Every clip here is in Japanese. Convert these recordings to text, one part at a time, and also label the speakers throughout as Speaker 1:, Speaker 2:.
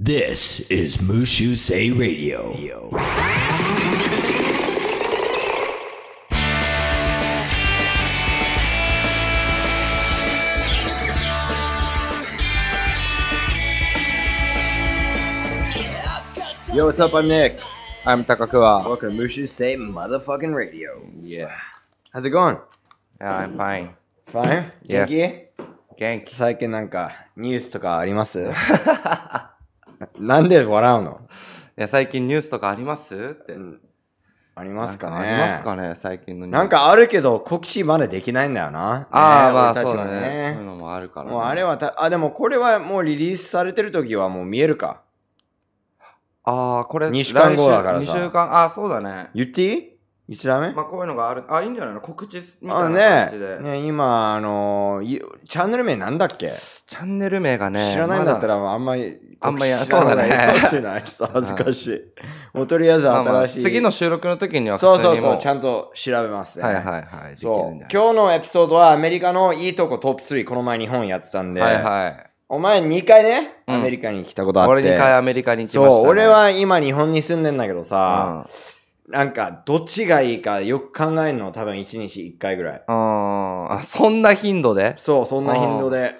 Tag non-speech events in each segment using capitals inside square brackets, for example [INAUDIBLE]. Speaker 1: This is Mushu Say Radio.
Speaker 2: よ what's up? I'm Nick. I'm 高桑。
Speaker 1: Welcome to Mushu Say Motherfucking Radio.
Speaker 2: Yeah.
Speaker 1: How's it going?
Speaker 2: Yeah, I'm fine.
Speaker 1: Fine?
Speaker 2: Yes.
Speaker 1: 元
Speaker 2: 元気
Speaker 1: 気。最近なんかニュースとかありますなんで笑うの
Speaker 2: いや、最近ニュースとかありますって。
Speaker 1: ありますかね
Speaker 2: なんありますかね最近のニュース。
Speaker 1: なん、かあるけど、好奇心まだできないんだよな。
Speaker 2: ああ、
Speaker 1: ね
Speaker 2: まあ、
Speaker 1: 俺た
Speaker 2: そ
Speaker 1: ち
Speaker 2: う
Speaker 1: は
Speaker 2: だね。そういうのもあるから、ね。
Speaker 1: もうあれはた、あ、でもこれはもうリリースされてる時はもう見えるか。
Speaker 2: ああ、これ、
Speaker 1: 二週間後だからさ
Speaker 2: 2週間、ああ、そうだね。
Speaker 1: 言っていい言っちゃダメ
Speaker 2: まあ、こういうのがある。あ、いいんじゃないの告知みた
Speaker 1: あ
Speaker 2: いな
Speaker 1: ね
Speaker 2: 感じで。
Speaker 1: ね今、あのいチャンネル名なんだっけ、
Speaker 2: チャンネル名がね、
Speaker 1: 知らないんだった
Speaker 2: ら、
Speaker 1: ら、あんまり、
Speaker 2: あんまり
Speaker 1: 告知しない
Speaker 2: そうだね
Speaker 1: 恥ずかしいな、
Speaker 2: [LAUGHS]
Speaker 1: ちょっと恥ずかしい。もうとりあえず
Speaker 2: まあまあ
Speaker 1: 新しい。
Speaker 2: 次の収録の時には
Speaker 1: そうそうそう、ちゃ
Speaker 2: ん
Speaker 1: んと調べますね。
Speaker 2: はいはいはい。でき
Speaker 1: そ
Speaker 2: る
Speaker 1: う。
Speaker 2: んじ
Speaker 1: 今
Speaker 2: ゃない
Speaker 1: 日のエピソードはアメリカのいいとこトップ3、この前日本やってたんで、
Speaker 2: はいはい。
Speaker 1: お前2回ね、
Speaker 2: うん
Speaker 1: アメリカに来たことあって。
Speaker 2: 俺2回アメリカに行きました、ね。
Speaker 1: そう、俺、は今日本に住んでんだけどさ、
Speaker 2: う
Speaker 1: なんかどっちがいいかよく考えるの多分1日1回ぐらい。
Speaker 2: ん。うん。あ、そんな頻度で
Speaker 1: そう、そんな頻度で。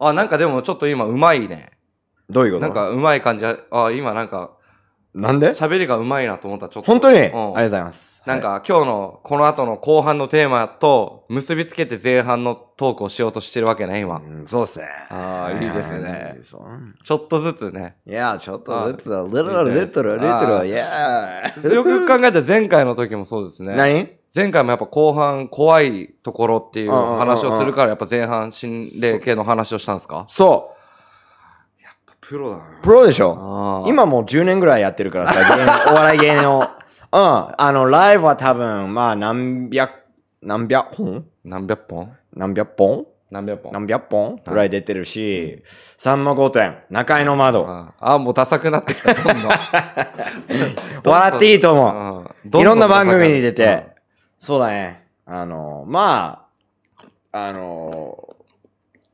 Speaker 2: あ、なんかでもちょっと今うまいね。
Speaker 1: どういう
Speaker 2: なんかうまい感じあ、あ今なんか
Speaker 1: なんで
Speaker 2: 喋りがうまいなと思ったちょっと。
Speaker 1: 本当に、あり
Speaker 2: う、
Speaker 1: がとうんございます。
Speaker 2: なんか今日のこの後の後半のテーマと結びつけて前半のトークをしようとしてるわけね、今。
Speaker 1: うん、そうですね。
Speaker 2: あーいいですね
Speaker 1: そう
Speaker 2: ちょっとずつね。
Speaker 1: いや、ちょっとずつ、little,
Speaker 2: いいです
Speaker 1: little,
Speaker 2: あ
Speaker 1: little,
Speaker 2: ー
Speaker 1: yeah.
Speaker 2: よく考えたら前回の時もそうですね。
Speaker 1: [LAUGHS] 何
Speaker 2: 前回もやっぱ後半怖いところっていう話をするからやっぱ前半心霊系の話をしたんですか
Speaker 1: そ
Speaker 2: プロだな
Speaker 1: う、プロでしょ。
Speaker 2: あ今
Speaker 1: 今もう10年ぐらいやってるからさ、芸人お笑い芸 [LAUGHS] 人を。うん、あの、ライブは多分、まあ、何百、何百本
Speaker 2: 何百本
Speaker 1: 何百本
Speaker 2: 何百本
Speaker 1: 何百本ぐらい出てるし、さんま御殿、中井の窓、
Speaker 2: ああ、もうダサくなってきた、どんどん。
Speaker 1: 笑っていいと思う。
Speaker 2: う
Speaker 1: いろんな番組に出て、そうだね。あの、まあ、あの、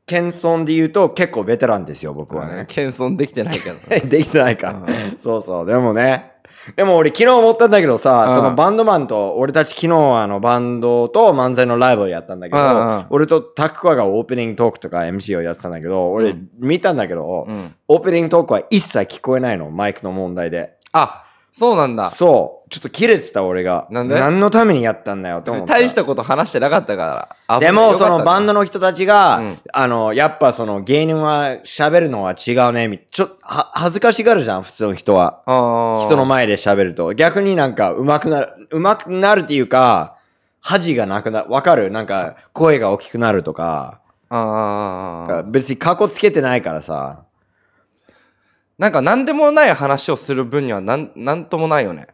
Speaker 1: 謙遜で言うと結構ベテランですよ、僕はね。
Speaker 2: 謙遜できてないけど
Speaker 1: [LAUGHS]
Speaker 2: ね
Speaker 1: できてないか
Speaker 2: う。
Speaker 1: そうそう、でもね。でも俺昨日思ったんだけど
Speaker 2: う
Speaker 1: さ、
Speaker 2: ん
Speaker 1: そのバンドマンと、俺たち昨日あのバンドと漫才のライブをやったんだけ
Speaker 2: うんうん
Speaker 1: ど、俺とタクコアがオープニングトークとか MC をやってたんだけど、俺見たんだけど、
Speaker 2: うん
Speaker 1: オープニングトークは一切聞こえないの、マイクの問題で。
Speaker 2: あそうなんだ
Speaker 1: そう。ちょっと切れてた俺が。
Speaker 2: なんで
Speaker 1: 何のためにやったんだよと思った。
Speaker 2: 大したこと話してなかったから
Speaker 1: でも、そのバンド
Speaker 2: の
Speaker 1: の人たちが、
Speaker 2: うん
Speaker 1: あの、やっぱその芸人は喋るのは違うね、みちょは、恥ずかしがるじゃん、普通の人は。人
Speaker 2: 人
Speaker 1: の前で喋ると。逆になんか、上手くなる、上手くなるっていうか、恥がなくな、わかるなんか、声が大きくなるとか、
Speaker 2: あー
Speaker 1: 別に過去つけてないからさ。
Speaker 2: なんか何でもない話をする分にはなんなんともないよね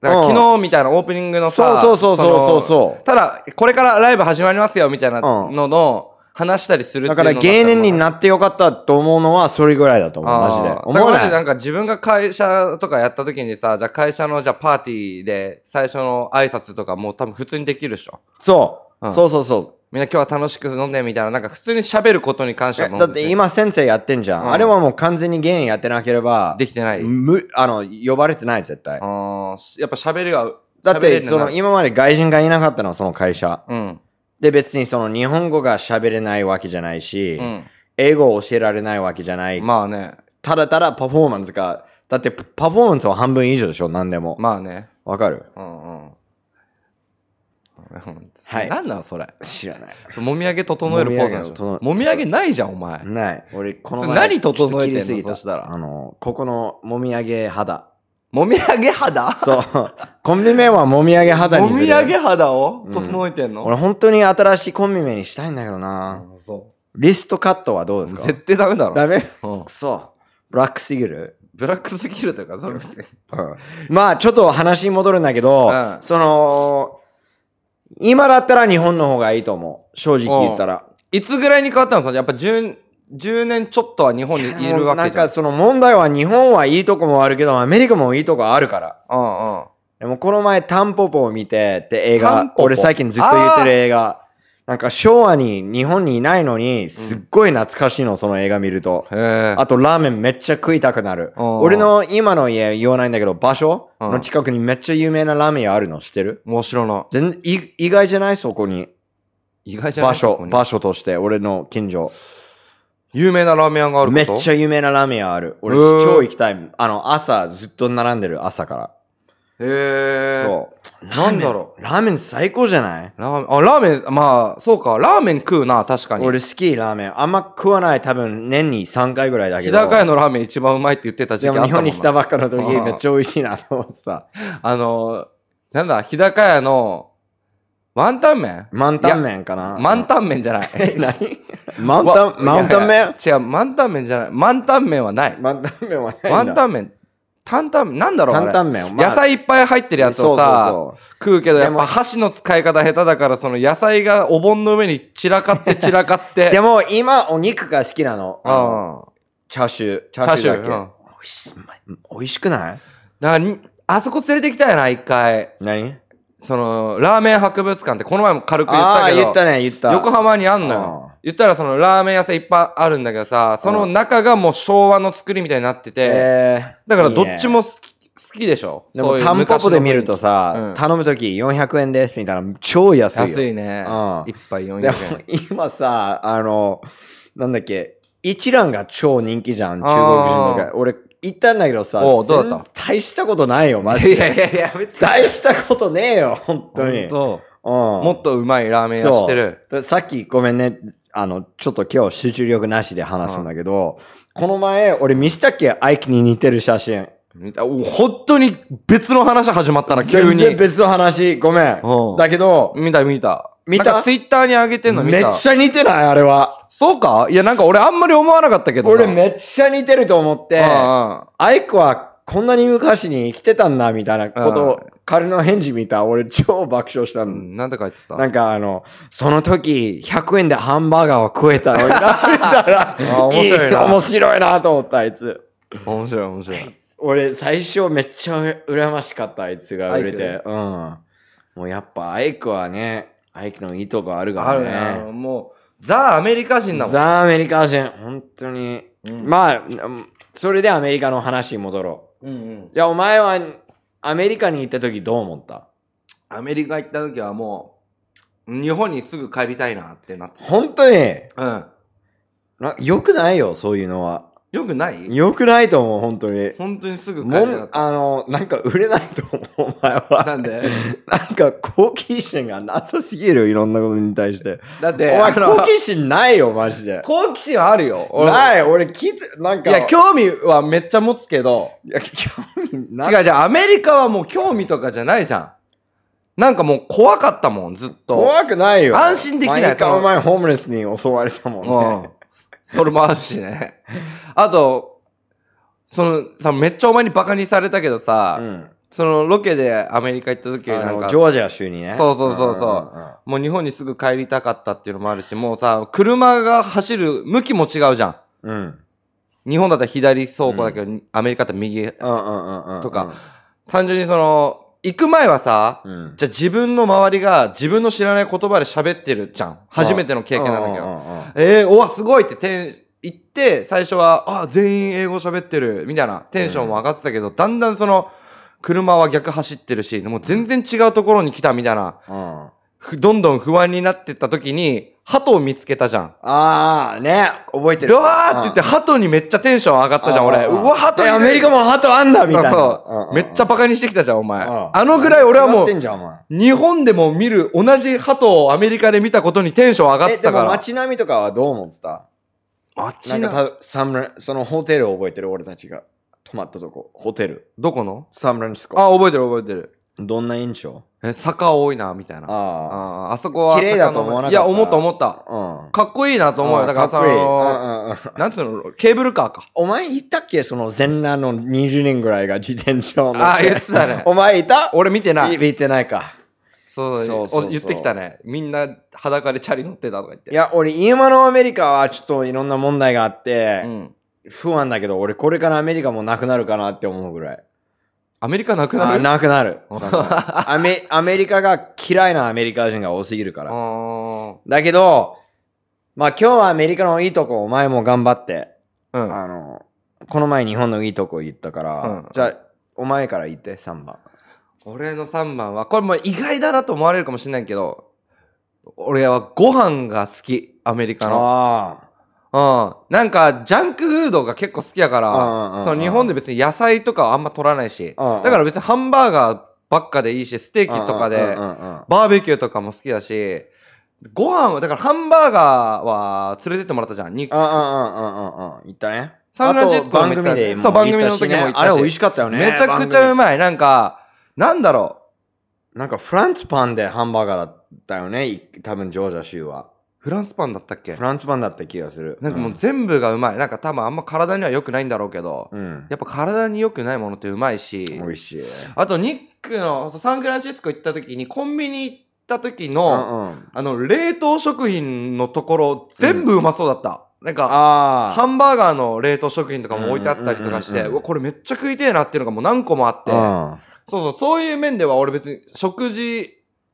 Speaker 2: だから
Speaker 1: うん
Speaker 2: 昨日みたいなオープニングの
Speaker 1: そ
Speaker 2: さ
Speaker 1: うそうそうそうそう
Speaker 2: う
Speaker 1: そう。
Speaker 2: ただこれからライブ始まりますよみたいな
Speaker 1: うん
Speaker 2: のの話したりするってい
Speaker 1: だ
Speaker 2: うの
Speaker 1: から芸人に
Speaker 2: っ
Speaker 1: なってよかったと思うのはそれぐらいだと思う、マジで。
Speaker 2: だから
Speaker 1: 思わ
Speaker 2: マジでな
Speaker 1: ない
Speaker 2: んか自分が会社とかやった時にさじゃあ会社のじゃあパーティーで最初の挨拶とかもう多分普通にできるでしょ
Speaker 1: そう、
Speaker 2: うん
Speaker 1: そうそうそう。
Speaker 2: みんな今日は楽しく飲んでみたいななんか普通に喋ることに関しては
Speaker 1: え
Speaker 2: もう
Speaker 1: だって今先生やってんじゃん、
Speaker 2: うん
Speaker 1: あれはもう完全に芸人やってなければ
Speaker 2: できてない、あ
Speaker 1: むあの呼ばれてない絶対
Speaker 2: あーしやっぱ喋りは
Speaker 1: だっ
Speaker 2: 喋れ
Speaker 1: て
Speaker 2: る
Speaker 1: そ
Speaker 2: よう
Speaker 1: の
Speaker 2: になる
Speaker 1: 今まで外人がいなかったのはその会社
Speaker 2: うん
Speaker 1: で別にその日本語が喋れないわけじゃないし、英語を教えられないわけじゃない、
Speaker 2: うんまあね
Speaker 1: ただただパフォーマンスがだってパフォーマンスは半分以上でしょ何でも
Speaker 2: まあね
Speaker 1: わかる
Speaker 2: うんうんうん
Speaker 1: はい
Speaker 2: 何なのそれ
Speaker 1: 知らない
Speaker 2: そうもみあげ整えるポーズなんでしょもみあげないじゃんお前
Speaker 1: ない俺この
Speaker 2: それ
Speaker 1: 前
Speaker 2: 何整えてんの
Speaker 1: ちょっ切りすぎ
Speaker 2: そしたら
Speaker 1: あのここのもみあげ肌
Speaker 2: もみあげ肌
Speaker 1: そう [LAUGHS] コンビ名はもみあげ肌に
Speaker 2: も
Speaker 1: する
Speaker 2: みあげ肌を整えてんの、
Speaker 1: 俺本当に新しいコンビ名にしたいんだけどな。
Speaker 2: うんそ
Speaker 1: リストカットはどう
Speaker 2: う
Speaker 1: ですか
Speaker 2: 絶対ダメだろ
Speaker 1: ダメ
Speaker 2: うん
Speaker 1: くそ。ブラックすぎる、
Speaker 2: ブラックすぎるというかそう別に
Speaker 1: まあちょっと話に戻るんだけど、
Speaker 2: うん
Speaker 1: その、今だったら日本の方がいいと思う。正直言ったら。
Speaker 2: いつぐらいに変わったのさやっぱ 10, 10年ちょっとは日本にいるわ
Speaker 1: な
Speaker 2: け
Speaker 1: ん
Speaker 2: じゃん
Speaker 1: かその問題は日本はいいとこもあるけど、アメリカもいいとこあるから。
Speaker 2: うんうん
Speaker 1: でもこの前タンポポを見てって映
Speaker 2: タン
Speaker 1: 画
Speaker 2: ポ、ポ
Speaker 1: 俺最近ずっと言ってる映画。なんか昭和に日本にいないのに、すっごい懐かしいの、その映画見ると。
Speaker 2: へえ。
Speaker 1: あとラーメンめっちゃ食いたくなる。
Speaker 2: あー
Speaker 1: 俺の今の家言わないんだけど、場所
Speaker 2: うん
Speaker 1: の近くにめっちゃ有名なラーメン屋あるの知ってる
Speaker 2: 面白いな。
Speaker 1: 全然い意外じゃないそこに。
Speaker 2: 意外じゃない
Speaker 1: 場
Speaker 2: そ
Speaker 1: 所
Speaker 2: こ、に
Speaker 1: 場所として、俺の近所。
Speaker 2: 有名なラーメン屋がある
Speaker 1: め
Speaker 2: こ
Speaker 1: っ
Speaker 2: と
Speaker 1: ちゃ有名なラーメン屋ある。俺、
Speaker 2: うーん
Speaker 1: 超行きたい。あの、朝ずっと並んでる、朝から。
Speaker 2: へえ。
Speaker 1: そう。
Speaker 2: なんだろ。
Speaker 1: ラーメン最高じゃないう
Speaker 2: ラーメン、あ、ラーメン、まあ、そうか。ラーメン食うな、確かに。
Speaker 1: 俺好きラーメン。あんま食わない多分年に3回ぐらいだ
Speaker 2: 日
Speaker 1: けど。
Speaker 2: 高屋のラーメン一番うまいって言ってた時
Speaker 1: で
Speaker 2: 期あった
Speaker 1: も
Speaker 2: もん
Speaker 1: 日本に来た
Speaker 2: な
Speaker 1: ばっかの時
Speaker 2: あー
Speaker 1: めっちゃ美味しいなと思ってた。
Speaker 2: あのー、なんだ、日高屋の、ワンタン麺
Speaker 1: 満タン麺かな
Speaker 2: 満タン麺じゃない。
Speaker 1: [LAUGHS] え、何満タン、満タン
Speaker 2: いや
Speaker 1: 麺
Speaker 2: いや違う、満タン麺じゃない。満タン麺はない。
Speaker 1: 満タン麺はない
Speaker 2: ワ
Speaker 1: ん
Speaker 2: ン
Speaker 1: だ。
Speaker 2: タン麺、担々麺、なんだろうあれ
Speaker 1: 担々麺。まあ
Speaker 2: 野菜いっぱい入ってるやつをさ、
Speaker 1: そうそう
Speaker 2: 食うけど、やっ
Speaker 1: でも
Speaker 2: ぱ箸の使い方下手だから、その野菜がお盆の上に散らか
Speaker 1: [LAUGHS]
Speaker 2: って散らかっ
Speaker 1: そうで
Speaker 2: て。
Speaker 1: も今お肉が好きなの。あの
Speaker 2: あ
Speaker 1: チャーシュー。チ
Speaker 2: あ、
Speaker 1: ャ
Speaker 2: チ
Speaker 1: ーシュ
Speaker 2: ャーシュ
Speaker 1: ーだけ。
Speaker 2: ー。う
Speaker 1: 美
Speaker 2: ん
Speaker 1: 味しい。美味しくない
Speaker 2: だからにあそこ連れてきたよな、一回。
Speaker 1: 何
Speaker 2: その、ラーメン博物館って、この前も軽く言った
Speaker 1: ああ
Speaker 2: け
Speaker 1: ー、
Speaker 2: ど。
Speaker 1: 言ったね、言った。
Speaker 2: 横浜にあんのよ
Speaker 1: あ。
Speaker 2: 言ったらそのラーメン屋さんいっぱいあるんだけどさ、その中がもう昭和の作りみたいになってて、
Speaker 1: えー
Speaker 2: だからどっち
Speaker 1: いいね
Speaker 2: も好き好きでしょ。
Speaker 1: で
Speaker 2: そ
Speaker 1: も
Speaker 2: ういう
Speaker 1: タンポポで見ると
Speaker 2: うん
Speaker 1: さ、頼むとき400円ですみたいな、超安いよ。
Speaker 2: 昔の雰囲気安いね。
Speaker 1: うん
Speaker 2: 一杯400
Speaker 1: でも
Speaker 2: 円。
Speaker 1: 今さ、あの、なんだっけ、一蘭が超人気じゃん、中国人と
Speaker 2: あ
Speaker 1: か。俺、行ったんだけどさ、
Speaker 2: おうど
Speaker 1: 全
Speaker 2: うだった
Speaker 1: 然大したことないよ、マジ
Speaker 2: いや
Speaker 1: で。
Speaker 2: いやいや、別
Speaker 1: 大したことねえよ、本当に。
Speaker 2: に。本
Speaker 1: うん
Speaker 2: 当もっとうまいラーメン屋してる。
Speaker 1: ださっきごめんね、あの、ちょっと今日集中力なしで話すんだけど、この前、俺見したっけ、アイクに似てる写真。
Speaker 2: 見たお本当に別の話始まったな、急
Speaker 1: 全然
Speaker 2: に。
Speaker 1: 別の話、ごめん。
Speaker 2: うん
Speaker 1: だけど、
Speaker 2: 見た見た。
Speaker 1: 見た
Speaker 2: ツイッターに上げてんの見た。
Speaker 1: めっちゃ似てないあれは。
Speaker 2: そうかいや、なんか俺あんまり思わなかったけどな。
Speaker 1: 俺めっちゃ似てると思って、
Speaker 2: あ
Speaker 1: アイクはこんなに昔に生きてたんだみたいなことを彼の返事見た俺超爆笑した
Speaker 2: あ。う
Speaker 1: の。
Speaker 2: んなんて書いてた
Speaker 1: なんかあの、その時100円でハンバーガーを食えたのになってたら
Speaker 2: [LAUGHS] あ、面白いな
Speaker 1: 面白いなと思ったあいつ。
Speaker 2: 面白い面白い。
Speaker 1: 俺最初めっちゃ羨ましかったあいつが売れ
Speaker 2: アイ
Speaker 1: て。うん。もうやっぱアイクはね、アイクのいいとこあるか
Speaker 2: ある
Speaker 1: ら
Speaker 2: ね。
Speaker 1: ね。
Speaker 2: もう、ザ・アメリカ人だもん。
Speaker 1: ザ・アメリカ人、本当に。
Speaker 2: うん
Speaker 1: まあ、うんそれでアメリカの話に戻ろ
Speaker 2: うんうん
Speaker 1: う。じゃあお前はアメリカに行った時どう思った
Speaker 2: アメリカ行った時はもう、日本にすぐ帰りたいなってなって。
Speaker 1: 本当に
Speaker 2: うん。
Speaker 1: な、よくないよ、そういうのは。
Speaker 2: よくない
Speaker 1: よくないと思う、本当に。
Speaker 2: 本当にすぐ帰
Speaker 1: も
Speaker 2: りたか
Speaker 1: ん
Speaker 2: っ
Speaker 1: あの、なんか売れないと思う、お前
Speaker 2: た。
Speaker 1: は。
Speaker 2: なんで
Speaker 1: [LAUGHS] なんか好奇心がなさすぎるよ、いろんなことに対して。
Speaker 2: だって、
Speaker 1: お前、
Speaker 2: あの
Speaker 1: 好奇心ないよ、マジで。
Speaker 2: 好奇心はあるよ。俺
Speaker 1: ない、俺聞いて、なん
Speaker 2: い
Speaker 1: か。
Speaker 2: や、興味はめっちゃ持つけど、
Speaker 1: いや興味ない。
Speaker 2: 違うじゃアメリカはもう興味とかじゃないじゃん。なんかもう怖かったもん、ずっと。
Speaker 1: 怖くないよ。
Speaker 2: 安心できない
Speaker 1: 毎
Speaker 2: そ
Speaker 1: 回
Speaker 2: の
Speaker 1: お前、ホームレスに襲われたもんね。
Speaker 2: うん。それもあるしね。あと、そのさ、めっちゃお前にバカにされたけどさ、
Speaker 1: うん
Speaker 2: そのロケでアメリカ行った時
Speaker 1: あ
Speaker 2: なん
Speaker 1: の
Speaker 2: か
Speaker 1: ジ、ョージア州にね。
Speaker 2: そうそうそうそうん
Speaker 1: んん
Speaker 2: もう日本にすぐ帰りたかったっていうのもあるし、もうさ、車が走る向きも違うじゃん。
Speaker 1: うん。
Speaker 2: 日本だったら左走行だけど、アメリカだったら右。
Speaker 1: うんうんうんうん。
Speaker 2: とか、単純にその、行く前はさ、
Speaker 1: うん。
Speaker 2: じゃあ自分の周りが自分の知らない言葉で喋ってるじゃん。初めての経験なんだけど。
Speaker 1: ど。
Speaker 2: えー、おわ、すごいってテン、言って、最初は、あ、全員英語喋ってる、みたいなテンションも上がってたけど、だんだんその、車は逆走ってるし、もう全然違うところに来たみたいな、
Speaker 1: うん。あ
Speaker 2: ふどんどん不安になってった時に、鳩を見つけたじゃん。
Speaker 1: あー、ね、覚えて
Speaker 2: う
Speaker 1: る。
Speaker 2: わーって言って、鳩にめっちゃテンション上がったじゃん、俺。うわ、鳩い
Speaker 1: え
Speaker 2: る
Speaker 1: アメリカもハトあんだみたいな。
Speaker 2: そう。めっちゃ
Speaker 1: パ
Speaker 2: バカにしてきたじゃん、お前。あのぐらい俺はもう
Speaker 1: て、んじゃん、お前。
Speaker 2: 日本でも見る、同じ鳩をアメリカで見たことにテンション上が
Speaker 1: え、
Speaker 2: って
Speaker 1: で
Speaker 2: たか
Speaker 1: も
Speaker 2: ら。
Speaker 1: 街並みとかはどう思ってたな
Speaker 2: 街
Speaker 1: ん
Speaker 2: な
Speaker 1: かたサンフラン、そのホテルを覚えてる俺たちが泊まったとこ。ホテル。
Speaker 2: どこの
Speaker 1: サンフランシスコ。
Speaker 2: あ、覚えてる覚えてる。
Speaker 1: どんな印象
Speaker 2: え、坂多いな、みたいな。
Speaker 1: あ
Speaker 2: あーあそこは
Speaker 1: 綺麗だと思わなかった
Speaker 2: いや、思った思った。
Speaker 1: あ。うん。
Speaker 2: かっこいいなと思うよ。だから
Speaker 1: っ
Speaker 2: さ、
Speaker 1: こいい
Speaker 2: あの
Speaker 1: うんうんうん
Speaker 2: なんつうの、ケーブルカーか。
Speaker 1: お前いたっけその全裸の20人ぐらいが自転車を乗って。
Speaker 2: あー言ってたね
Speaker 1: [LAUGHS] お前いた
Speaker 2: 俺見てないい。
Speaker 1: 見てないか。
Speaker 2: そう
Speaker 1: そうそうそう
Speaker 2: お言ってきたね。みんな裸でチャリ乗ってたとか言って。
Speaker 1: い、や、俺今のアメリカはちょっといろんな問題があっ
Speaker 2: う
Speaker 1: て、
Speaker 2: ん。
Speaker 1: 不安だけど、俺これからアメリカもなくなるかなって思うぐらい。
Speaker 2: アメリカなくな
Speaker 1: あ
Speaker 2: る
Speaker 1: なくなる。そ
Speaker 2: [LAUGHS]
Speaker 1: のアメアメリカが嫌いなアメリカ人が多すぎるか
Speaker 2: あ
Speaker 1: ら。
Speaker 2: ー
Speaker 1: だけど、まあ今日はアメリカのいいとこお前も頑張って、
Speaker 2: うん。
Speaker 1: あの、この前日本のいいとこ言ったから、
Speaker 2: うん
Speaker 1: じゃあお前から言って3番。
Speaker 2: 俺の3番は、これもう意外だなと思われるかもしれないけど、俺はご飯が好き、アメリカの。
Speaker 1: あ
Speaker 2: うん。なんか、ジャンクフードが結構好きやか
Speaker 1: うんうんう
Speaker 2: ら、
Speaker 1: ん
Speaker 2: その日本で別に野菜とかはあんま取らないし、だ
Speaker 1: うんうん
Speaker 2: から別にハンバーガーばっかでいいし、ステー
Speaker 1: あ。
Speaker 2: キとかで
Speaker 1: うん、うんうんうん
Speaker 2: バーベキューとかも好きだし、ご飯は、だからハンバーガーは連れてってもらったじゃん。に
Speaker 1: うんうんうんうんうん。言ったね。
Speaker 2: サンフランシスコ
Speaker 1: あ
Speaker 2: も
Speaker 1: と番
Speaker 2: 行った
Speaker 1: 組でも
Speaker 2: そう番組の
Speaker 1: 行ったしね
Speaker 2: 時も行ったし
Speaker 1: あれ美味しかったよね。
Speaker 2: めちゃくちゃう
Speaker 1: う
Speaker 2: まい。なんか、なんだろう。
Speaker 1: なんかフランスパンでハンバーガーだったよね。い多分ジョージア州は。
Speaker 2: フランスパンだったっけ
Speaker 1: フランスパンだった気がする。
Speaker 2: なんかもう全部がうまい。なんか多分あんま体には良くないんだろうけど、
Speaker 1: うん、うん。
Speaker 2: やっぱ体に良くないものってうまいし
Speaker 1: 美、味しい。
Speaker 2: あとニックのサンフランシスコ行った時にコンビニ行った時
Speaker 1: うん
Speaker 2: の、
Speaker 1: うん。
Speaker 2: あの、冷凍食品のところ全部うまそうだった。なんか、
Speaker 1: あ
Speaker 2: ハンバーガーの冷凍食品とかも置いてあったりとかして、
Speaker 1: うんうんうんうん
Speaker 2: うわ、これめっちゃ食いてえなっていうのがもう何個もあって、
Speaker 1: あ。うん。
Speaker 2: そうそう、そういう面では俺別に食事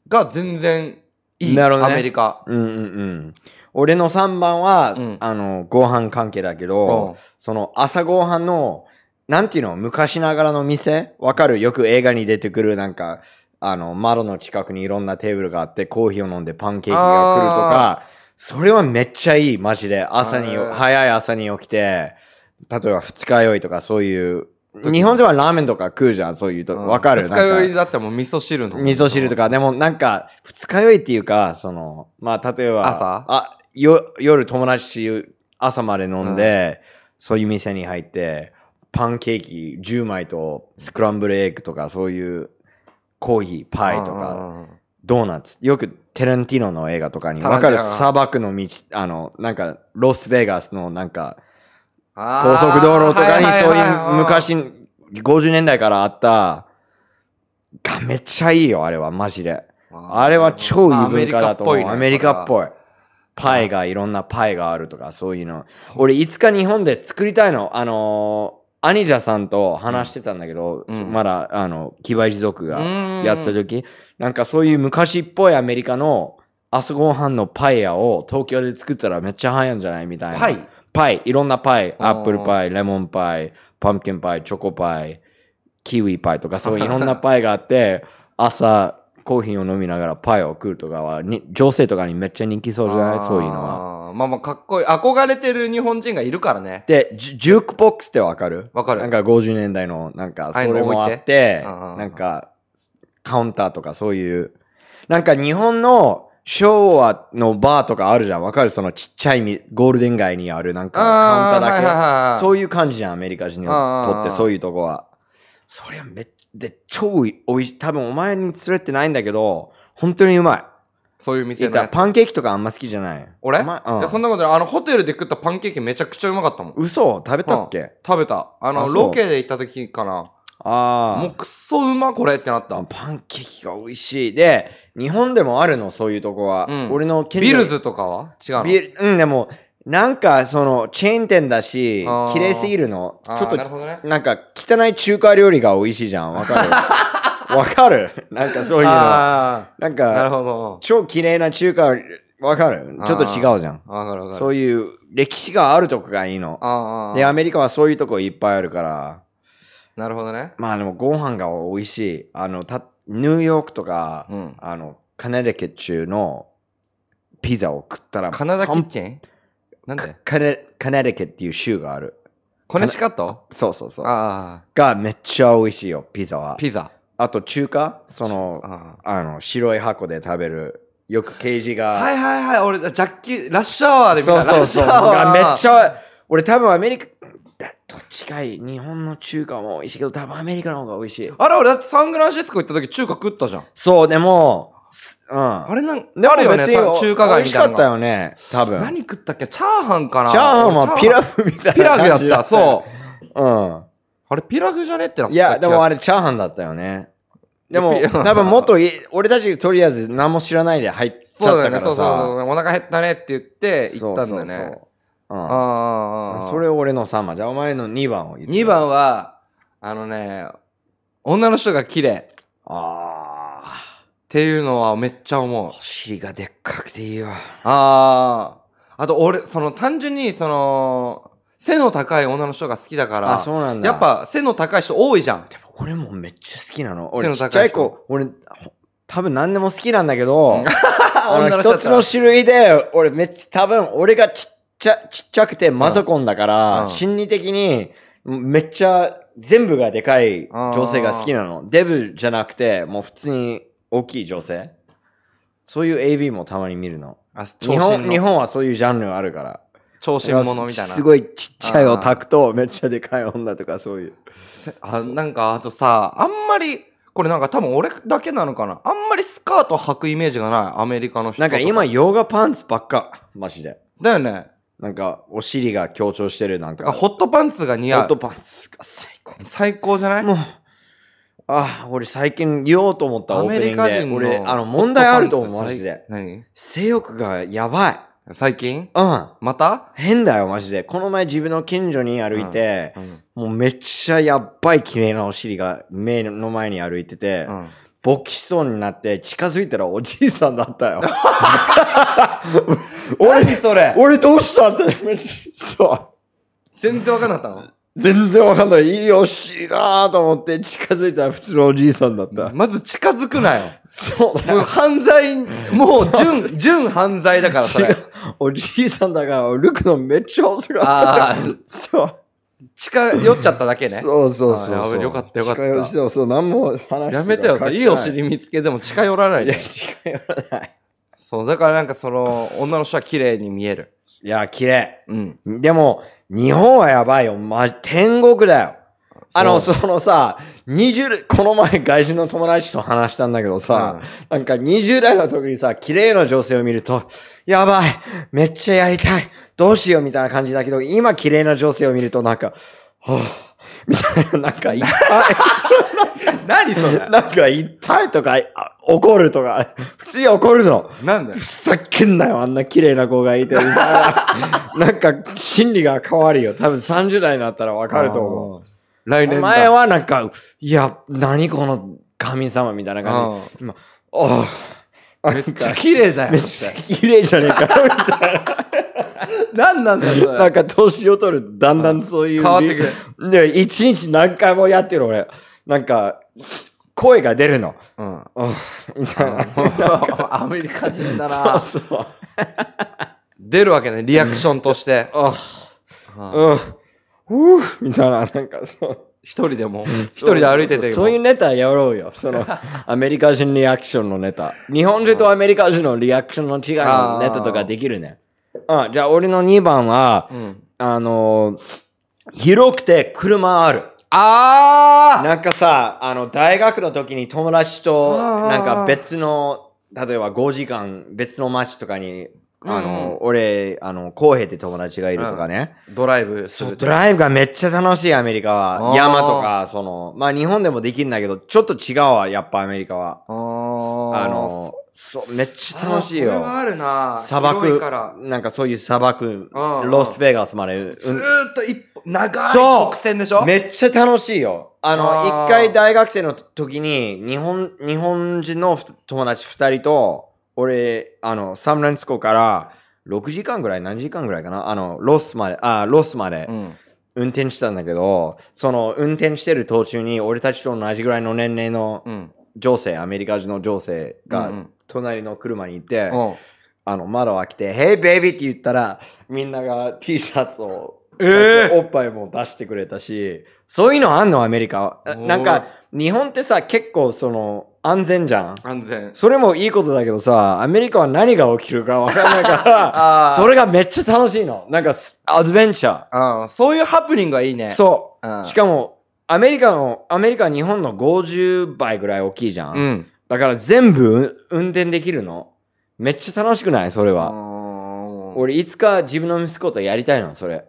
Speaker 2: が全然いい。
Speaker 1: なるほどね
Speaker 2: アメリカ。
Speaker 1: うんうんうん。俺の3番は、
Speaker 2: うん
Speaker 1: あの、ご飯関係だけど、
Speaker 2: うん
Speaker 1: その朝ご飯の、なんていうの、昔ながらの店わかるよく映画に出てくるなんか、あの、窓の近くにいろんなテーブルがあって、コーヒーを飲んでパンケーキが来るとか、それはめっちゃいい、マジで。朝に、
Speaker 2: へー
Speaker 1: 早い朝に起きて、例えば二日酔いとかそういう、
Speaker 2: に
Speaker 1: 日本人はラーメンとか食うじゃん、そういうと、わかる
Speaker 2: 二
Speaker 1: なんか
Speaker 2: 日酔いだってもう味噌汁の。
Speaker 1: 味噌汁とか、でもなんか、二日酔いっていうか、その、まあ、例えば、
Speaker 2: 朝
Speaker 1: あよ夜友達朝まで飲んで、そういう店に入って、パンケーキ10枚とスクランブルエッグとか、そういうコーヒー、パイと
Speaker 2: うん
Speaker 1: か、
Speaker 2: うんうん。
Speaker 1: ドーナツ。よくテレンティーノの映画とかに、
Speaker 2: タラ
Speaker 1: わ
Speaker 2: ンティ
Speaker 1: か
Speaker 2: ーノ
Speaker 1: る砂漠の道、あの、なんか、ロスベガスのなんか、
Speaker 2: あ
Speaker 1: 高
Speaker 2: ー
Speaker 1: 速道路とかに
Speaker 2: は
Speaker 1: そう
Speaker 2: ははは
Speaker 1: いう昔、50年代からあった、がめっちゃいいよ、あれは、マジで。あれは超いい文化だと思う。アメリカっ
Speaker 2: い
Speaker 1: ぽい。パイがいろんなパイがあるとかそういうの。俺いつか日本で作りたいの。あのー、アニジャさんと話してたんだけど、
Speaker 2: うん
Speaker 1: まだあの、キバイ持続
Speaker 2: な。
Speaker 1: が
Speaker 2: うん
Speaker 1: やってた時、なんかそういう昔っぽいアメリカの朝ごはんのパイ屋を東京で作ったらめっちゃ流行んじゃないみたいな。
Speaker 2: パイ
Speaker 1: パイ、いろんなパイ、アップル
Speaker 2: あー
Speaker 1: パイ、レモンパイ、パンプキンパイ、チョコパイ、キウイパイとか、そういろん
Speaker 2: [LAUGHS]
Speaker 1: なパイがあって、朝、コーヒーを飲みながらパイを食うとかはに、女性とかにめっちゃ人気そうじゃないそういうのは。
Speaker 2: は。まあまあ、かっこいい。憧れてる日本人がいるからね。
Speaker 1: で、ジュジュークボックスってわかる
Speaker 2: わかる
Speaker 1: なんか50年代の、なんか、そ
Speaker 2: ああいうの
Speaker 1: れもあ
Speaker 2: 置
Speaker 1: っ
Speaker 2: い
Speaker 1: て、
Speaker 2: うんうんうん
Speaker 1: なんか、カウンターとかそういう、なんか日本の昭和のバーとかあるじゃん。わかるそのちっちゃいみゴールデン街にある、なんかカウンターだけ。
Speaker 2: う
Speaker 1: そ
Speaker 2: いう
Speaker 1: いう感じじゃん、アメリカ人にとっ
Speaker 2: あ
Speaker 1: て、
Speaker 2: ー
Speaker 1: そういうとこは。そりゃめっで、超いおいしい。多分お前に連れてないんだけど、本当にうま
Speaker 2: そういう
Speaker 1: い。い
Speaker 2: 店の
Speaker 1: た
Speaker 2: やつ。
Speaker 1: パンケーキとかあんま好きじゃない。
Speaker 2: 俺
Speaker 1: お前うん
Speaker 2: いやそんなことないあの、ホテルで食ったパンケーキめちゃくちゃうまかったもん。
Speaker 1: 嘘食べたっけ
Speaker 2: 食べた。あの、
Speaker 1: あそう
Speaker 2: ロケで行った時かな。
Speaker 1: あ
Speaker 2: もうくそうまこれってなった
Speaker 1: あ。。パンケーキが美味しい。で、日本でもあるの、そういうとこは。
Speaker 2: うん
Speaker 1: 俺の近所
Speaker 2: ビ
Speaker 1: に
Speaker 2: ルズとかは違うの
Speaker 1: ビルうん、でも、なんか、その、チェーン店だし
Speaker 2: あー、
Speaker 1: 綺麗すぎるの。ち
Speaker 2: あ
Speaker 1: ょ
Speaker 2: ー
Speaker 1: っと
Speaker 2: なるほどね。
Speaker 1: なんか汚い中華料理が美味しいじゃん。わか
Speaker 2: [LAUGHS]
Speaker 1: るわかるなんかそういうの。な
Speaker 2: あ
Speaker 1: ん
Speaker 2: あ、なる
Speaker 1: か、
Speaker 2: ほど。
Speaker 1: 超綺麗な中華、わかるちょっと違うじゃん。
Speaker 2: わかるわかる。
Speaker 1: そういう歴史があるとこがいいの。
Speaker 2: あーあー。
Speaker 1: で、アメリカはそういうとこいっぱいあるから。
Speaker 2: なるほどね。
Speaker 1: まあでもご飯が美味しい。あの、たニューヨークとか、
Speaker 2: うん。
Speaker 1: あの、カネデケ中のピザを食ったら、
Speaker 2: カナダキ
Speaker 1: パ
Speaker 2: ッ
Speaker 1: ン
Speaker 2: チンなんで
Speaker 1: カネカネデケっていう州がある。
Speaker 2: コネシカット
Speaker 1: そうそうそう。
Speaker 2: あ
Speaker 1: がめっちゃ美味しいよ、ピザは
Speaker 2: あ、。ピザ。
Speaker 1: あと中華その、
Speaker 2: あ
Speaker 1: あの、白い箱で食べる、よくケージ
Speaker 2: あは
Speaker 1: が、
Speaker 2: いはいはい、俺、ジャッキー、ラッシュアワーで見た
Speaker 1: そうそうそう、
Speaker 2: ラッシュア
Speaker 1: が
Speaker 2: ワ
Speaker 1: [LAUGHS]
Speaker 2: ー
Speaker 1: めっちゃ、俺多分アメリカ、だどっちかいい、日本の中華も美味しいけど、多分アメリカの方が美味しい。
Speaker 2: あれ、俺、だってサンフランシスコ行った時中華食ったじゃん。
Speaker 1: そう、でも、すうん。
Speaker 2: あ
Speaker 1: あ
Speaker 2: れなん、
Speaker 1: で
Speaker 2: ある
Speaker 1: も
Speaker 2: よね、
Speaker 1: 別に
Speaker 2: さ中華街
Speaker 1: 美味
Speaker 2: み
Speaker 1: した
Speaker 2: いな
Speaker 1: か
Speaker 2: の
Speaker 1: った
Speaker 2: が。
Speaker 1: よね、多分。
Speaker 2: 何食ったっけチャーハンかな
Speaker 1: チャーハンはピラ
Speaker 2: フ。
Speaker 1: フみたいな感じ。。
Speaker 2: ピラフやった、そうう。
Speaker 1: うん。
Speaker 2: あれ、ピラフじゃねってなった
Speaker 1: いや、でもあ
Speaker 2: れ、
Speaker 1: れチャーハンだったよね。でも
Speaker 2: いや、
Speaker 1: 多分もっとい、俺たちとりあえず何も知らないで入っち
Speaker 2: そう
Speaker 1: ゃっ
Speaker 2: だ
Speaker 1: た
Speaker 2: よね、
Speaker 1: か
Speaker 2: そ
Speaker 1: ら
Speaker 2: うそうそう
Speaker 1: さ。
Speaker 2: お腹減ったねって言って行っ
Speaker 1: そ
Speaker 2: たんだよ
Speaker 1: うそう
Speaker 2: ね。
Speaker 1: そう
Speaker 2: あ
Speaker 1: うん
Speaker 2: あああああ。
Speaker 1: それを俺の3番。じゃあお前の2番を言って。
Speaker 2: 2。番は、あのね、女の人が綺麗っ
Speaker 1: ああ。
Speaker 2: ていうのはめっちゃ思う。
Speaker 1: お尻がでっかくていいわ。
Speaker 2: ああ。あと俺、その単純に、その、背の高い女の人が好きだから、
Speaker 1: あ、そうなんだ。
Speaker 2: やっ、ぱ背の高い人多いじゃん。
Speaker 1: でも俺もめっちゃ好きなの。
Speaker 2: 背
Speaker 1: 俺
Speaker 2: の
Speaker 1: ち
Speaker 2: 高い人
Speaker 1: っちゃい子、俺、多分何でも好きなんだけ
Speaker 2: う
Speaker 1: ど [LAUGHS]
Speaker 2: ん、[LAUGHS]
Speaker 1: あの
Speaker 2: 人だ
Speaker 1: 一
Speaker 2: っ
Speaker 1: つ
Speaker 2: たら
Speaker 1: の種類で、俺めっちゃ、多分俺がちっちゃ、ちっちゃくてマゾコンだから、
Speaker 2: うん
Speaker 1: 心理的に、めっちゃ全部がでかい女性が好きなの。デブじゃなくて、もう普通に大きい女性。そういう AV もたまに見るの。
Speaker 2: あ
Speaker 1: 日本日本はそういうジャンルあるから。
Speaker 2: 調子者みたいな。
Speaker 1: すごいちっちゃいオタクとめっちゃでかい女とかそういう。
Speaker 2: あなんかあとさあんまりこれなんか多分俺だけなのかなあんまりスカート履くイメージがないアメリカの人
Speaker 1: なんか今ヨガパンツばっか。マジで。
Speaker 2: だよね
Speaker 1: なんかお尻が強調してるなん
Speaker 2: なんか
Speaker 1: か。
Speaker 2: ホットパンツが似
Speaker 1: ホ
Speaker 2: 合
Speaker 1: ット
Speaker 2: う
Speaker 1: パンツが最高。
Speaker 2: 最高じゃない
Speaker 1: もう。ああ、俺最近言おうと思った
Speaker 2: ア
Speaker 1: オー
Speaker 2: メ
Speaker 1: プニ
Speaker 2: リ
Speaker 1: ング
Speaker 2: カ
Speaker 1: で。
Speaker 2: 人の
Speaker 1: 俺、あの問題あると思う、
Speaker 2: ホットパ
Speaker 1: マ
Speaker 2: ンツ
Speaker 1: ジで。
Speaker 2: 何
Speaker 1: 性欲がやばい。
Speaker 2: 最近
Speaker 1: うん。
Speaker 2: また、
Speaker 1: 変だよ、マジで。この前自分の近所に歩いて、
Speaker 2: ん
Speaker 1: もうめっちゃやっばい綺麗なお尻が目の前に歩いてて、
Speaker 2: うん、
Speaker 1: 勃起しそうになって近づいたらおじいさんだったよ。
Speaker 2: 俺にそ
Speaker 1: [LAUGHS]
Speaker 2: れ
Speaker 1: 俺どうしたってめっちゃそ
Speaker 2: 全然わかんなかっ
Speaker 1: う全然わかんない。いいお尻だーと思って近づいたら普通のおじいさんだった
Speaker 2: の
Speaker 1: た。
Speaker 2: まず近づくなよ
Speaker 1: そうだ
Speaker 2: もう
Speaker 1: よ。[LAUGHS]
Speaker 2: 犯罪もう純純犯罪だからそ
Speaker 1: 違
Speaker 2: れ
Speaker 1: うおじいさんだから、ルクのめっちゃ遅か
Speaker 2: あ
Speaker 1: った。
Speaker 2: あ
Speaker 1: そう。
Speaker 2: 近寄っちゃっただけね
Speaker 1: そうそうそう
Speaker 2: あーや
Speaker 1: そ
Speaker 2: べ
Speaker 1: う。
Speaker 2: よかったよかった
Speaker 1: 近寄せよそう、何も話して
Speaker 2: やめてよそれいいお尻見つけても近寄らない
Speaker 1: い
Speaker 2: で
Speaker 1: や、近寄らない。
Speaker 2: そう、だからなんかその、女の人は綺麗に見える。
Speaker 1: いや、綺麗。
Speaker 2: うん。
Speaker 1: でも、日本はやばいよ。ま、天国だよ。あの、そのさ、20、この前外人の友達と話したんだけどさ、なんか20代の時にさ、綺麗な女性を見ると、やばいめっちゃやりたいどうしようみたいな感じだけど、今綺麗な女性を見るとなんか、はぁ、みたい [LAUGHS] な、なんか痛
Speaker 2: 何それ
Speaker 1: い、なんか痛いとか、あ怒るとか、普通に怒るの。
Speaker 2: なんだよ
Speaker 1: ふ。ざけんなよ、あんな綺麗な子がいて。み [LAUGHS] たいななんか、心理が変わるよ。多分30代になったらわかると思う。
Speaker 2: う。来
Speaker 1: お
Speaker 2: 年だ。
Speaker 1: 前はなんか、いや、何この神様みたいな感じ。
Speaker 2: う
Speaker 1: 今、ああ、
Speaker 2: んめっちゃ綺麗だ
Speaker 1: [LAUGHS]
Speaker 2: よ。
Speaker 1: めっちゃ綺麗じゃねえかよみ
Speaker 2: [LAUGHS]
Speaker 1: たい
Speaker 2: 何なんだよ、そ
Speaker 1: な。
Speaker 2: れ
Speaker 1: なんか年を取るとだんだんそういう。
Speaker 2: 変わってくる。
Speaker 1: る。で、一日何回もやってる俺。なんか、声が出るの。
Speaker 2: うん。
Speaker 1: あみたいな。
Speaker 2: アメリカ人
Speaker 1: [LAUGHS]
Speaker 2: だ
Speaker 1: そう
Speaker 2: な。
Speaker 1: そう。
Speaker 2: 出るわけね、リアクションとして。
Speaker 1: あ
Speaker 2: うん
Speaker 1: うん。ふぅみたいな、なんかそう。
Speaker 2: 一人でも、一人で歩いてて。
Speaker 1: そういう
Speaker 2: う。
Speaker 1: ネタやろうよ。 [LAUGHS] その、アメリカ人リアクションのネタ。日本人とアメリカ人のリアクションの違いのネタとかできるね。うん、じゃあ俺の2番は、
Speaker 2: うん。
Speaker 1: あのー広くて車ある。
Speaker 2: あ
Speaker 1: なんかさ、あの、大学の時に友達と、
Speaker 2: あー
Speaker 1: なんか別の、例えば5時間別の街とかに、あ
Speaker 2: うんう
Speaker 1: の
Speaker 2: ん、
Speaker 1: 俺、あの、浩平って友達がいるとかね。
Speaker 2: ードライブす
Speaker 1: そう
Speaker 2: る
Speaker 1: ド。ライブがめっちゃ楽しいアメリカ
Speaker 2: あ
Speaker 1: は
Speaker 2: ー
Speaker 1: 山とかそのまあ日本でもできるんだけどちょっと違うわやっぱアメリカは
Speaker 2: あ
Speaker 1: あ
Speaker 2: あ
Speaker 1: のそうめっちゃ楽しいよ
Speaker 2: それはあるな。
Speaker 1: 砂漠
Speaker 2: 広いから。
Speaker 1: なんかそういう砂漠
Speaker 2: うんうん
Speaker 1: ロスベガスまでう
Speaker 2: ずー
Speaker 1: ん
Speaker 2: っと一歩、長い
Speaker 1: そう
Speaker 2: 直線でしょ
Speaker 1: めっちゃ楽しいよあの
Speaker 2: あー
Speaker 1: 一回大学生の時に日本日本人のふ友達2人と俺あのサンフランシスコから6時間ぐらい何時間ぐらいかなあのロスまであロスまで、
Speaker 2: うん。
Speaker 1: 運転してたんだけど、その運転してる途中に俺たちと同じぐらいの年齢の
Speaker 2: うん。
Speaker 1: 女性、アメリカ人の女性
Speaker 2: うんう
Speaker 1: が
Speaker 2: ん
Speaker 1: 隣の車にいて、
Speaker 2: うん。
Speaker 1: あの窓を開けて、Hey baby って言ったら、みんなが T シャツを、
Speaker 2: ええ
Speaker 1: おっぱいも出してくれたし、そういうのあんのアメリカは。
Speaker 2: お
Speaker 1: あ
Speaker 2: ー
Speaker 1: なんか日本ってさ、結構その安全じゃん。
Speaker 2: 安全。
Speaker 1: それもいいことだけどさ、アメリカは何が起きるかわからないか
Speaker 2: あ
Speaker 1: ら、
Speaker 2: [LAUGHS] そ
Speaker 1: それがめっちゃ楽しいの。なんかスアドベンチャ
Speaker 2: うん、そういうハプニングはいいね。
Speaker 1: ー。そう。
Speaker 2: うん。
Speaker 1: しかも、アメリカの、アメリカは日本の50倍ぐらい大きいじゃん。
Speaker 2: うん。
Speaker 1: だから全部運転できるの。めっちゃ楽しくないそれ
Speaker 2: あ
Speaker 1: は。
Speaker 2: ー
Speaker 1: 俺、いつか自分の息子とやりたいの、それ。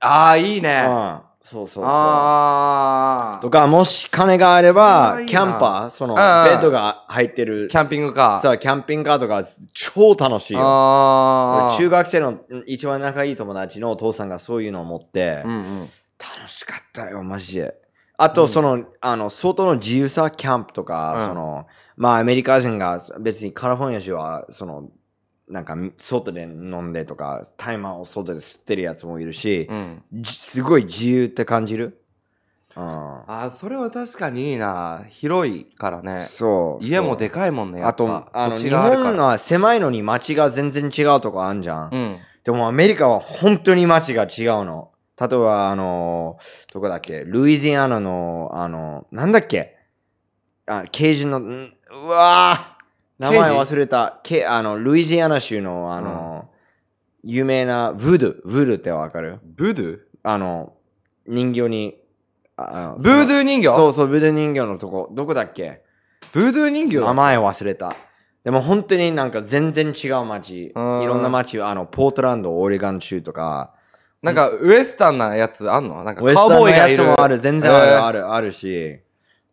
Speaker 2: あー、いいね。あ
Speaker 1: うん。そうそうそう。
Speaker 2: あ
Speaker 1: とか、もし金があれば
Speaker 2: それはい、いな
Speaker 1: キャンパー、その、ベ
Speaker 2: ああ
Speaker 1: ッドが入ってる、
Speaker 2: キャンピングカー。
Speaker 1: さ、キャンピングカーとか、超楽しいよ。
Speaker 2: あ
Speaker 1: 俺
Speaker 2: あ。
Speaker 1: 中学生のん一番仲いい友達のお父さんがそういうのを持って、
Speaker 2: うんうん。
Speaker 1: 楽しかったよ、マジで。あ
Speaker 2: う
Speaker 1: と、
Speaker 2: ん
Speaker 1: その、あの、相当の自由さ、キャンプとか、
Speaker 2: うん
Speaker 1: その、まあ、アメリカ人が別にカリフォルニア州は、その、なんか、外で飲んでとか、タイマーを外で吸ってるやつもいるし、
Speaker 2: うん。
Speaker 1: じすごい自由って感じる。うん。
Speaker 2: あー、それは確かにいいな。広いからね。
Speaker 1: そう。
Speaker 2: 家も
Speaker 1: そう
Speaker 2: でかいもんね。や
Speaker 1: あ
Speaker 2: っぱ
Speaker 1: と、あの、
Speaker 2: 土地
Speaker 1: 日
Speaker 2: があるから
Speaker 1: 本は狭いのに街が全然違うとこあんじゃん。
Speaker 2: うん。
Speaker 1: でもアメリカは本当に街が違うの。例えば、あの、どこだっけ、ルイジアナの、あの、なんだっけ、あ、ケージの、んうわぁ、名前
Speaker 2: ケー
Speaker 1: 忘れた。けあの、ルイジアナ州の、あの、有名な、ブードゥ、ブードゥってわかる
Speaker 2: ブドゥ
Speaker 1: あの、人形に、あ
Speaker 2: ブード
Speaker 1: ゥ
Speaker 2: ゥ人形
Speaker 1: そうそう、ブードゥ人形のとこ、どこだっけ
Speaker 2: ブードゥ人形
Speaker 1: 名前忘れた。でも本当になんか全然違う街。い
Speaker 2: うん
Speaker 1: ろんな街、あの、ポートランド、オレガン州とか、
Speaker 2: なんかウエスタンなやつあんのなんか
Speaker 1: ウエスタ
Speaker 2: カウ
Speaker 1: ンの
Speaker 2: ボーイがい
Speaker 1: やつ
Speaker 2: る。
Speaker 1: もある、全然あ
Speaker 2: え
Speaker 1: る、
Speaker 2: ー
Speaker 1: ある、あるし、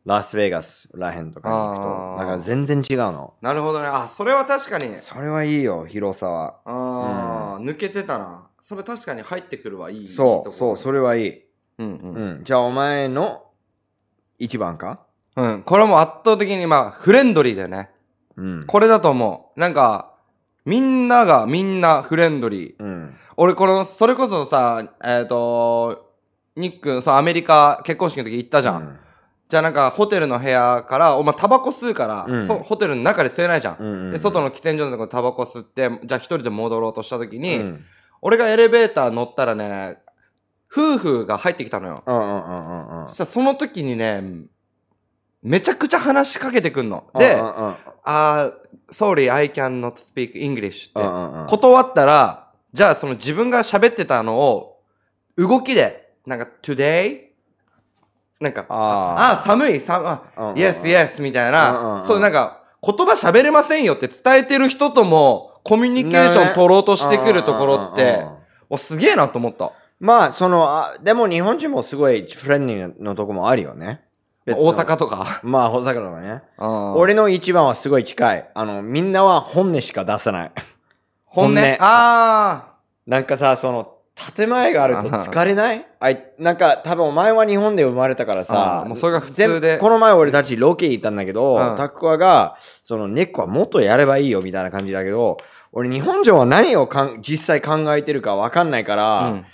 Speaker 1: ラスベガスらへんとかに行く
Speaker 2: あ
Speaker 1: と、
Speaker 2: ー
Speaker 1: だから全然違うの。
Speaker 2: なるほどね。あ、それは確かに。
Speaker 1: それはいいよ、広さは。
Speaker 2: ああ、抜けてたな。それ確かに入ってくるはいい。
Speaker 1: そう、そう、そ
Speaker 2: れ。
Speaker 1: れはいい。
Speaker 2: うんうん。
Speaker 1: うん。じゃあ、お前の一番か
Speaker 2: うん、これも圧倒的にまあフレンドリーだよね。
Speaker 1: うん。
Speaker 2: これだと思う。なんか、みんながみんなフレンドリー。
Speaker 1: うん。
Speaker 2: 俺、この、それこそさ、えっ、と、ニックン、そう、アメリカ結婚式の時行ったじゃん。じゃあなんか、ホテルの部屋から、お前タバコ吸うから、
Speaker 1: うん
Speaker 2: そホテルの中で吸えないじゃん。
Speaker 1: うん。
Speaker 2: で、外
Speaker 1: の
Speaker 2: の喫煙所のとこでタバコ吸って、じゃあ一人で戻ろうとした時に、
Speaker 1: うん
Speaker 2: 俺がエレベーター乗ったらね、夫婦が入ってきたのよ。
Speaker 1: うんうんうんうんうん。
Speaker 2: そしたらその時にね、めちゃくちゃ話しかけてくんの。で、
Speaker 1: うんうん
Speaker 2: あー、sorry, I cannot speak English
Speaker 1: うん
Speaker 2: って。
Speaker 1: うんうん
Speaker 2: 断ったら、じゃあその自分が喋ってたのを、動きで、なんか、today? なんか、
Speaker 1: あ
Speaker 2: あー、寒い、寒いあ
Speaker 1: うんうんう、ん
Speaker 2: yes, yes みたい
Speaker 1: うんうんう
Speaker 2: な、
Speaker 1: ん
Speaker 2: そう、なんか、言葉喋れませんよって伝えてる人とも、コミュニケーション取ろうと
Speaker 1: あ
Speaker 2: してくるところっ
Speaker 1: うんうんうん
Speaker 2: て
Speaker 1: うん、
Speaker 2: お、すげえなと思った。
Speaker 1: まあ、その、あでも日本人もすごいフレンドリーのとこもあるよね。
Speaker 2: 大
Speaker 1: 別の
Speaker 2: 阪とか。
Speaker 1: まあ、大阪とかね。
Speaker 2: 俺、
Speaker 1: 俺の一番はすごい近い。あの、みんなは本音しか出さない。 [LAUGHS]
Speaker 2: 本
Speaker 1: 本
Speaker 2: 音。
Speaker 1: 音
Speaker 2: あ
Speaker 1: なんかさ、その、建前があると疲れないあいなんか、多分お前は日本で生まれたからさ
Speaker 2: あ、ーもうそれが普通で
Speaker 1: 全この前俺たちロケ行ったんだけど、
Speaker 2: うん
Speaker 1: タクワが、その、根っこはもっとやればいいよみたいな感じだけど、俺日本人は何をかん実際考えてるかわかんないから、
Speaker 2: あ。うん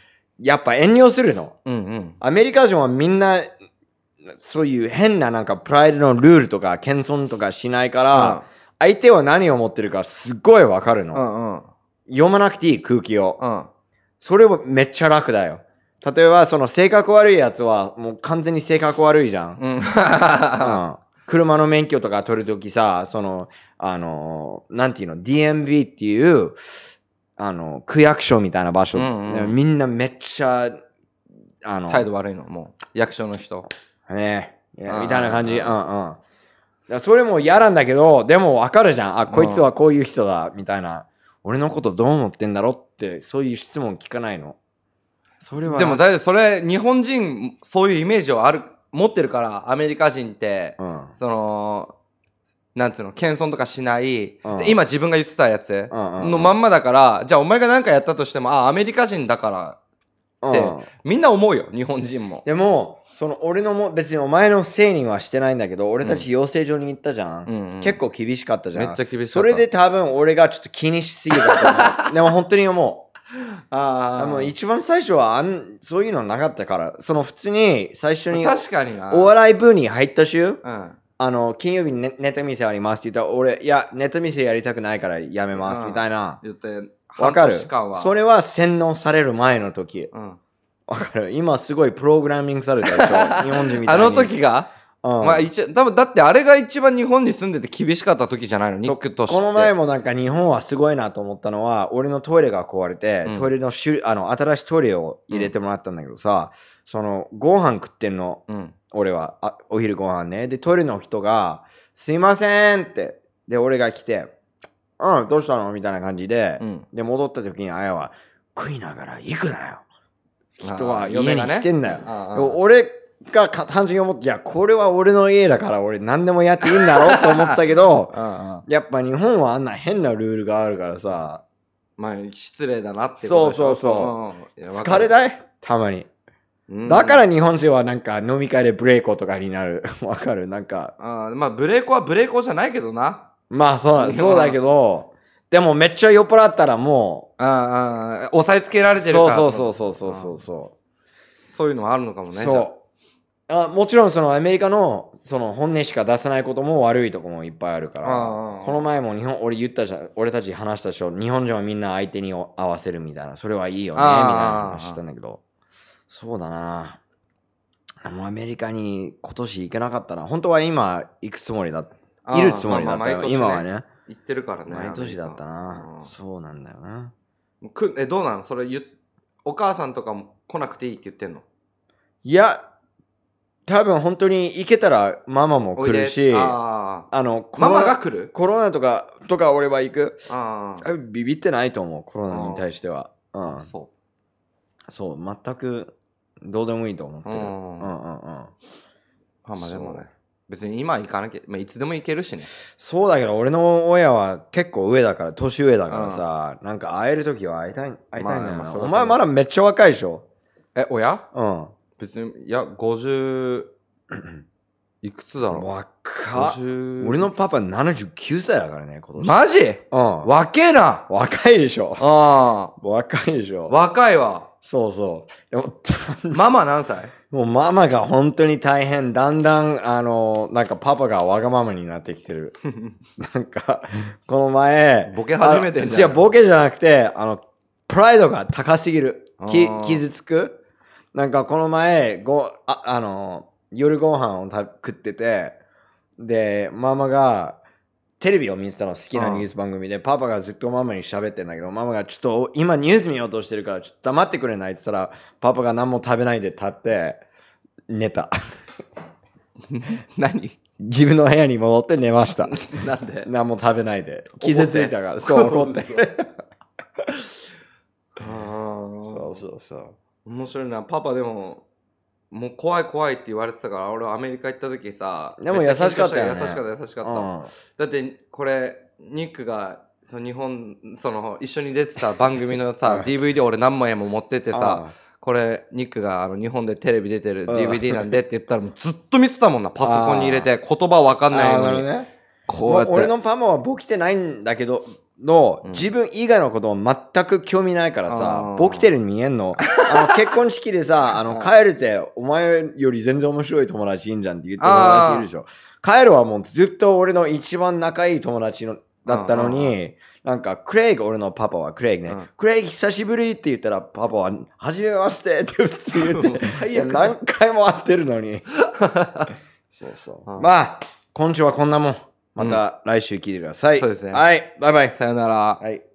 Speaker 1: やっぱ遠慮するの。
Speaker 2: うんうん。
Speaker 1: アメリカ人はみんな、そういう変ななんかプライドのルールとか謙遜とかしないから、相手は何を持ってるかすっごいわかる
Speaker 2: う
Speaker 1: の。
Speaker 2: んうん。
Speaker 1: 読まなくていい空気を。
Speaker 2: うん。
Speaker 1: それはめっちゃ楽だよ。例えばその性格悪いやつはもう完全に性格悪いじゃん。
Speaker 2: うん。
Speaker 1: うん車の免許とか取るときさ、その、あの、なんていうの、DMV っていう、あの、区役所みたいな場所、
Speaker 2: うんうん
Speaker 1: みんなめっちゃ、あの、
Speaker 2: [LAUGHS] 態度悪いの、もう。役所の人。
Speaker 1: ねえ、いや
Speaker 2: うん
Speaker 1: みたいな感じ。う
Speaker 2: うん
Speaker 1: うんん。だからそれも嫌なんだけど、でもわかるじゃん。あ、こいつはこういう人だ、みたいな。俺のことどう思ってんだろうって、そういう質問聞かないの。それは。
Speaker 2: でも、だいそれ、日本人、そういうイメージをある、持ってるから、アメリカ人って、
Speaker 1: うん。
Speaker 2: その、なんつうの、謙遜とかしない、
Speaker 1: うん
Speaker 2: で今自分が言ってたやつ
Speaker 1: うんうんうん
Speaker 2: のまんまだから、じゃあお前が何かやったとしても、あ、アメリカ人だから、
Speaker 1: うん
Speaker 2: でみんな思うよ、日本人も。
Speaker 1: でも、その俺のも、別にお前のせいにはしてないんだけど、俺たち養成所に行ったじゃん。
Speaker 2: うんうん
Speaker 1: 結構厳しかったじゃ
Speaker 2: め
Speaker 1: ん。
Speaker 2: っちゃ厳しかった。
Speaker 1: それで、多分俺がちょっと気にしすぎた
Speaker 2: [LAUGHS]
Speaker 1: と思う。でも本当に思う。
Speaker 2: あ
Speaker 1: あ
Speaker 2: あ、
Speaker 1: もう一番最初はあん、そういうのなかったから、その普通に最初に
Speaker 2: 確かにな。
Speaker 1: お笑い部に入った週、
Speaker 2: うん。
Speaker 1: あの、金曜日にネネタ見せありますって言ったら、俺、いや、ネタ見せやりたくないからやめます
Speaker 2: うん
Speaker 1: みたいな。
Speaker 2: 言って、
Speaker 1: わかる
Speaker 2: 半年間は。
Speaker 1: それは洗脳される前の時。
Speaker 2: うん。
Speaker 1: わかる今すごいプログラミングされ
Speaker 2: [LAUGHS]
Speaker 1: たでしょ日本人みた
Speaker 2: あ
Speaker 1: いに。
Speaker 2: の、時が、
Speaker 1: うん、
Speaker 2: まあ一応、多分だってあれが一番日本に住んでて厳しかった時じゃないの、ニックとして。
Speaker 1: この前
Speaker 2: も。
Speaker 1: もなんか日本はすごいなと思ったのは俺のトイレが壊れて、
Speaker 2: うん
Speaker 1: トイレのしゅあの新しいトイレを入れてもらったんだけどさ、そのご飯食ってんの
Speaker 2: うん。
Speaker 1: 俺はあお昼ご飯ねでトイレの人が「すいません」ってで俺が来て「うんどうしたの?」みたいな感じで、
Speaker 2: うん。
Speaker 1: で戻った時にあやは「食いながら行くなよ」人
Speaker 2: あ
Speaker 1: は
Speaker 2: ー
Speaker 1: 家
Speaker 2: 嫁
Speaker 1: に
Speaker 2: がね
Speaker 1: 来てんだよ、
Speaker 2: あ
Speaker 1: でも
Speaker 2: ー
Speaker 1: 俺がか単純に思って「いやこれは俺の家だから俺何でもやっていいんだ
Speaker 2: [LAUGHS]
Speaker 1: ろ」うと思ってたけど
Speaker 2: あー
Speaker 1: やっぱ日本はあんな変なルールがあるからさ
Speaker 2: まあ、失礼だなってことでしょ
Speaker 1: そうそうそ
Speaker 2: うんいやわか
Speaker 1: 疲
Speaker 2: る
Speaker 1: れないたまに
Speaker 2: うん
Speaker 1: だから日本人はなんか飲み会でブレイコとかになる。 [LAUGHS] わかるなんか。
Speaker 2: あーまあブレイコはブレイコじゃないけどな
Speaker 1: まあそう
Speaker 2: いや
Speaker 1: そうだけど、でもめっちゃ酔っ払ったらも
Speaker 2: あーあー押さえつけられ
Speaker 1: う、
Speaker 2: てるか
Speaker 1: そう
Speaker 2: ら
Speaker 1: そうそうそうそうそうそ
Speaker 2: そういうのもあるのかも
Speaker 1: う。
Speaker 2: ねじゃあ
Speaker 1: そうあもちろんそのアメリカのその本音しか出さないことも悪いとこもいっぱいあるから
Speaker 2: ああ
Speaker 1: この前も日本俺言ったじゃん俺たち話したでしょ日本人はみんな相手に合わせるみたいなそれはいいよねみたい
Speaker 2: ああ
Speaker 1: な話したんだけどそうだなもうアメリカに今年行けなかったな本当は今行くつもりだ
Speaker 2: あー
Speaker 1: いるつもりだった
Speaker 2: まあまあ
Speaker 1: よ
Speaker 2: 毎年ね
Speaker 1: 今はね
Speaker 2: 言ってるからね
Speaker 1: 毎年だった
Speaker 2: アメリカ
Speaker 1: な
Speaker 2: うん
Speaker 1: そうなんだよな
Speaker 2: くえどうなのそれ言っお母さんとかも来なくていいって言ってんの
Speaker 1: いや多分本当に行けたらママも
Speaker 2: お
Speaker 1: 来
Speaker 2: いで
Speaker 1: るしあ
Speaker 2: ああ
Speaker 1: のコ
Speaker 2: マ
Speaker 1: ロナ
Speaker 2: マが来る
Speaker 1: コロナとかとか俺は行く
Speaker 2: あ
Speaker 1: 多分ビビってないと思うコロナに対してはう
Speaker 2: あ
Speaker 1: ん
Speaker 2: そ
Speaker 1: そう全くどうでもいいと思ってるう
Speaker 2: うん
Speaker 1: う
Speaker 2: ん
Speaker 1: んうん
Speaker 2: うまあまあでもね別に今行かなきゃ、まあ、いつでも行けるしね
Speaker 1: そうだけど俺の親は結構上だから年上だからさなんか会える時は会いたい会いたいんだよ
Speaker 2: まあまあ
Speaker 1: な
Speaker 2: そりゃそうだ
Speaker 1: お前まだめっちゃ若いでしょ
Speaker 2: え親
Speaker 1: うん
Speaker 2: 別にいや50
Speaker 1: [CLEARS THROAT]
Speaker 2: いくつだろう
Speaker 1: 若っ
Speaker 2: 50
Speaker 1: 俺のパパ79歳だからね今年
Speaker 2: マジ
Speaker 1: うん
Speaker 2: 若えな
Speaker 1: 若いでしょ
Speaker 2: ああ
Speaker 1: 若いでしょ
Speaker 2: 若いわ
Speaker 1: そうそうでも
Speaker 2: ママ何歳
Speaker 1: もうママが本当に大変だんだんあのなんかパパがわがままになってきてるなんかこの前
Speaker 2: [LAUGHS] ボケ始めてんじゃ
Speaker 1: あ
Speaker 2: ん
Speaker 1: 違うボケじゃなくてあのプライドが高すぎるき
Speaker 2: あー
Speaker 1: 傷つくなんかこの前ごああの夜ご飯をた食っててでママがテレビを見てたの好きな
Speaker 2: うん
Speaker 1: ニュース番組で、パパがずっとママに喋ってんだけどママが「ちょっと今ニュース見ようとしてるからちょっと黙ってくれない」って言ったらパパが何も食べないで立って寝た [LAUGHS]
Speaker 2: 何
Speaker 1: 自分の部屋に戻って寝ました
Speaker 2: [LAUGHS] なんで
Speaker 1: 何も食べないで傷ついたからそう怒って
Speaker 2: ああ
Speaker 1: [LAUGHS] そうそうそう
Speaker 2: 面白いなパパでももう怖い怖いって言われてたから俺アメリカ行った時さ
Speaker 1: でも
Speaker 2: めっちゃ
Speaker 1: 優
Speaker 2: 緊張
Speaker 1: しかったよね
Speaker 2: 優しかった優しかった、
Speaker 1: うん
Speaker 2: だってこれニックがその日本その一緒に出てた番組の
Speaker 1: [LAUGHS] うん
Speaker 2: さ DVD 俺何枚も持っててさ
Speaker 1: あ
Speaker 2: これニックがあの日本でテレビ出て
Speaker 1: う
Speaker 2: る
Speaker 1: ん
Speaker 2: DVD なんでって言ったらもうずっと見てたもんなパソコンに入れて言葉わか
Speaker 1: あ
Speaker 2: んない
Speaker 1: あーな
Speaker 2: の
Speaker 1: る
Speaker 2: に、
Speaker 1: ほどね
Speaker 2: こうやって
Speaker 1: もう俺のパマはボケてないんだけどの、
Speaker 2: うん
Speaker 1: 自分以外のことも全く興味ないから
Speaker 2: あ
Speaker 1: さ
Speaker 2: ー
Speaker 1: ボケてるに見えん
Speaker 2: [LAUGHS]
Speaker 1: のあの結婚式でさあの
Speaker 2: うん
Speaker 1: 帰るってお前より全然面白い友達いいんじゃんって言って友達いるでしょ帰るはもうずっと俺の一番仲いい友達のだったの
Speaker 2: うんう
Speaker 1: になんかクレイグ俺のパパはクレイグね、
Speaker 2: うん
Speaker 1: クレイグ久しぶりって言ったらパパは「はじめまして」って普通言っ
Speaker 2: [LAUGHS]
Speaker 1: て
Speaker 2: もう最悪
Speaker 1: いや何回も会ってるの
Speaker 2: [LAUGHS]
Speaker 1: にそうそう、
Speaker 2: うん
Speaker 1: まあ今週はこんなもんまた来週聞いてください、
Speaker 2: そうですね
Speaker 1: はいバイバイ
Speaker 2: さよなら
Speaker 1: はい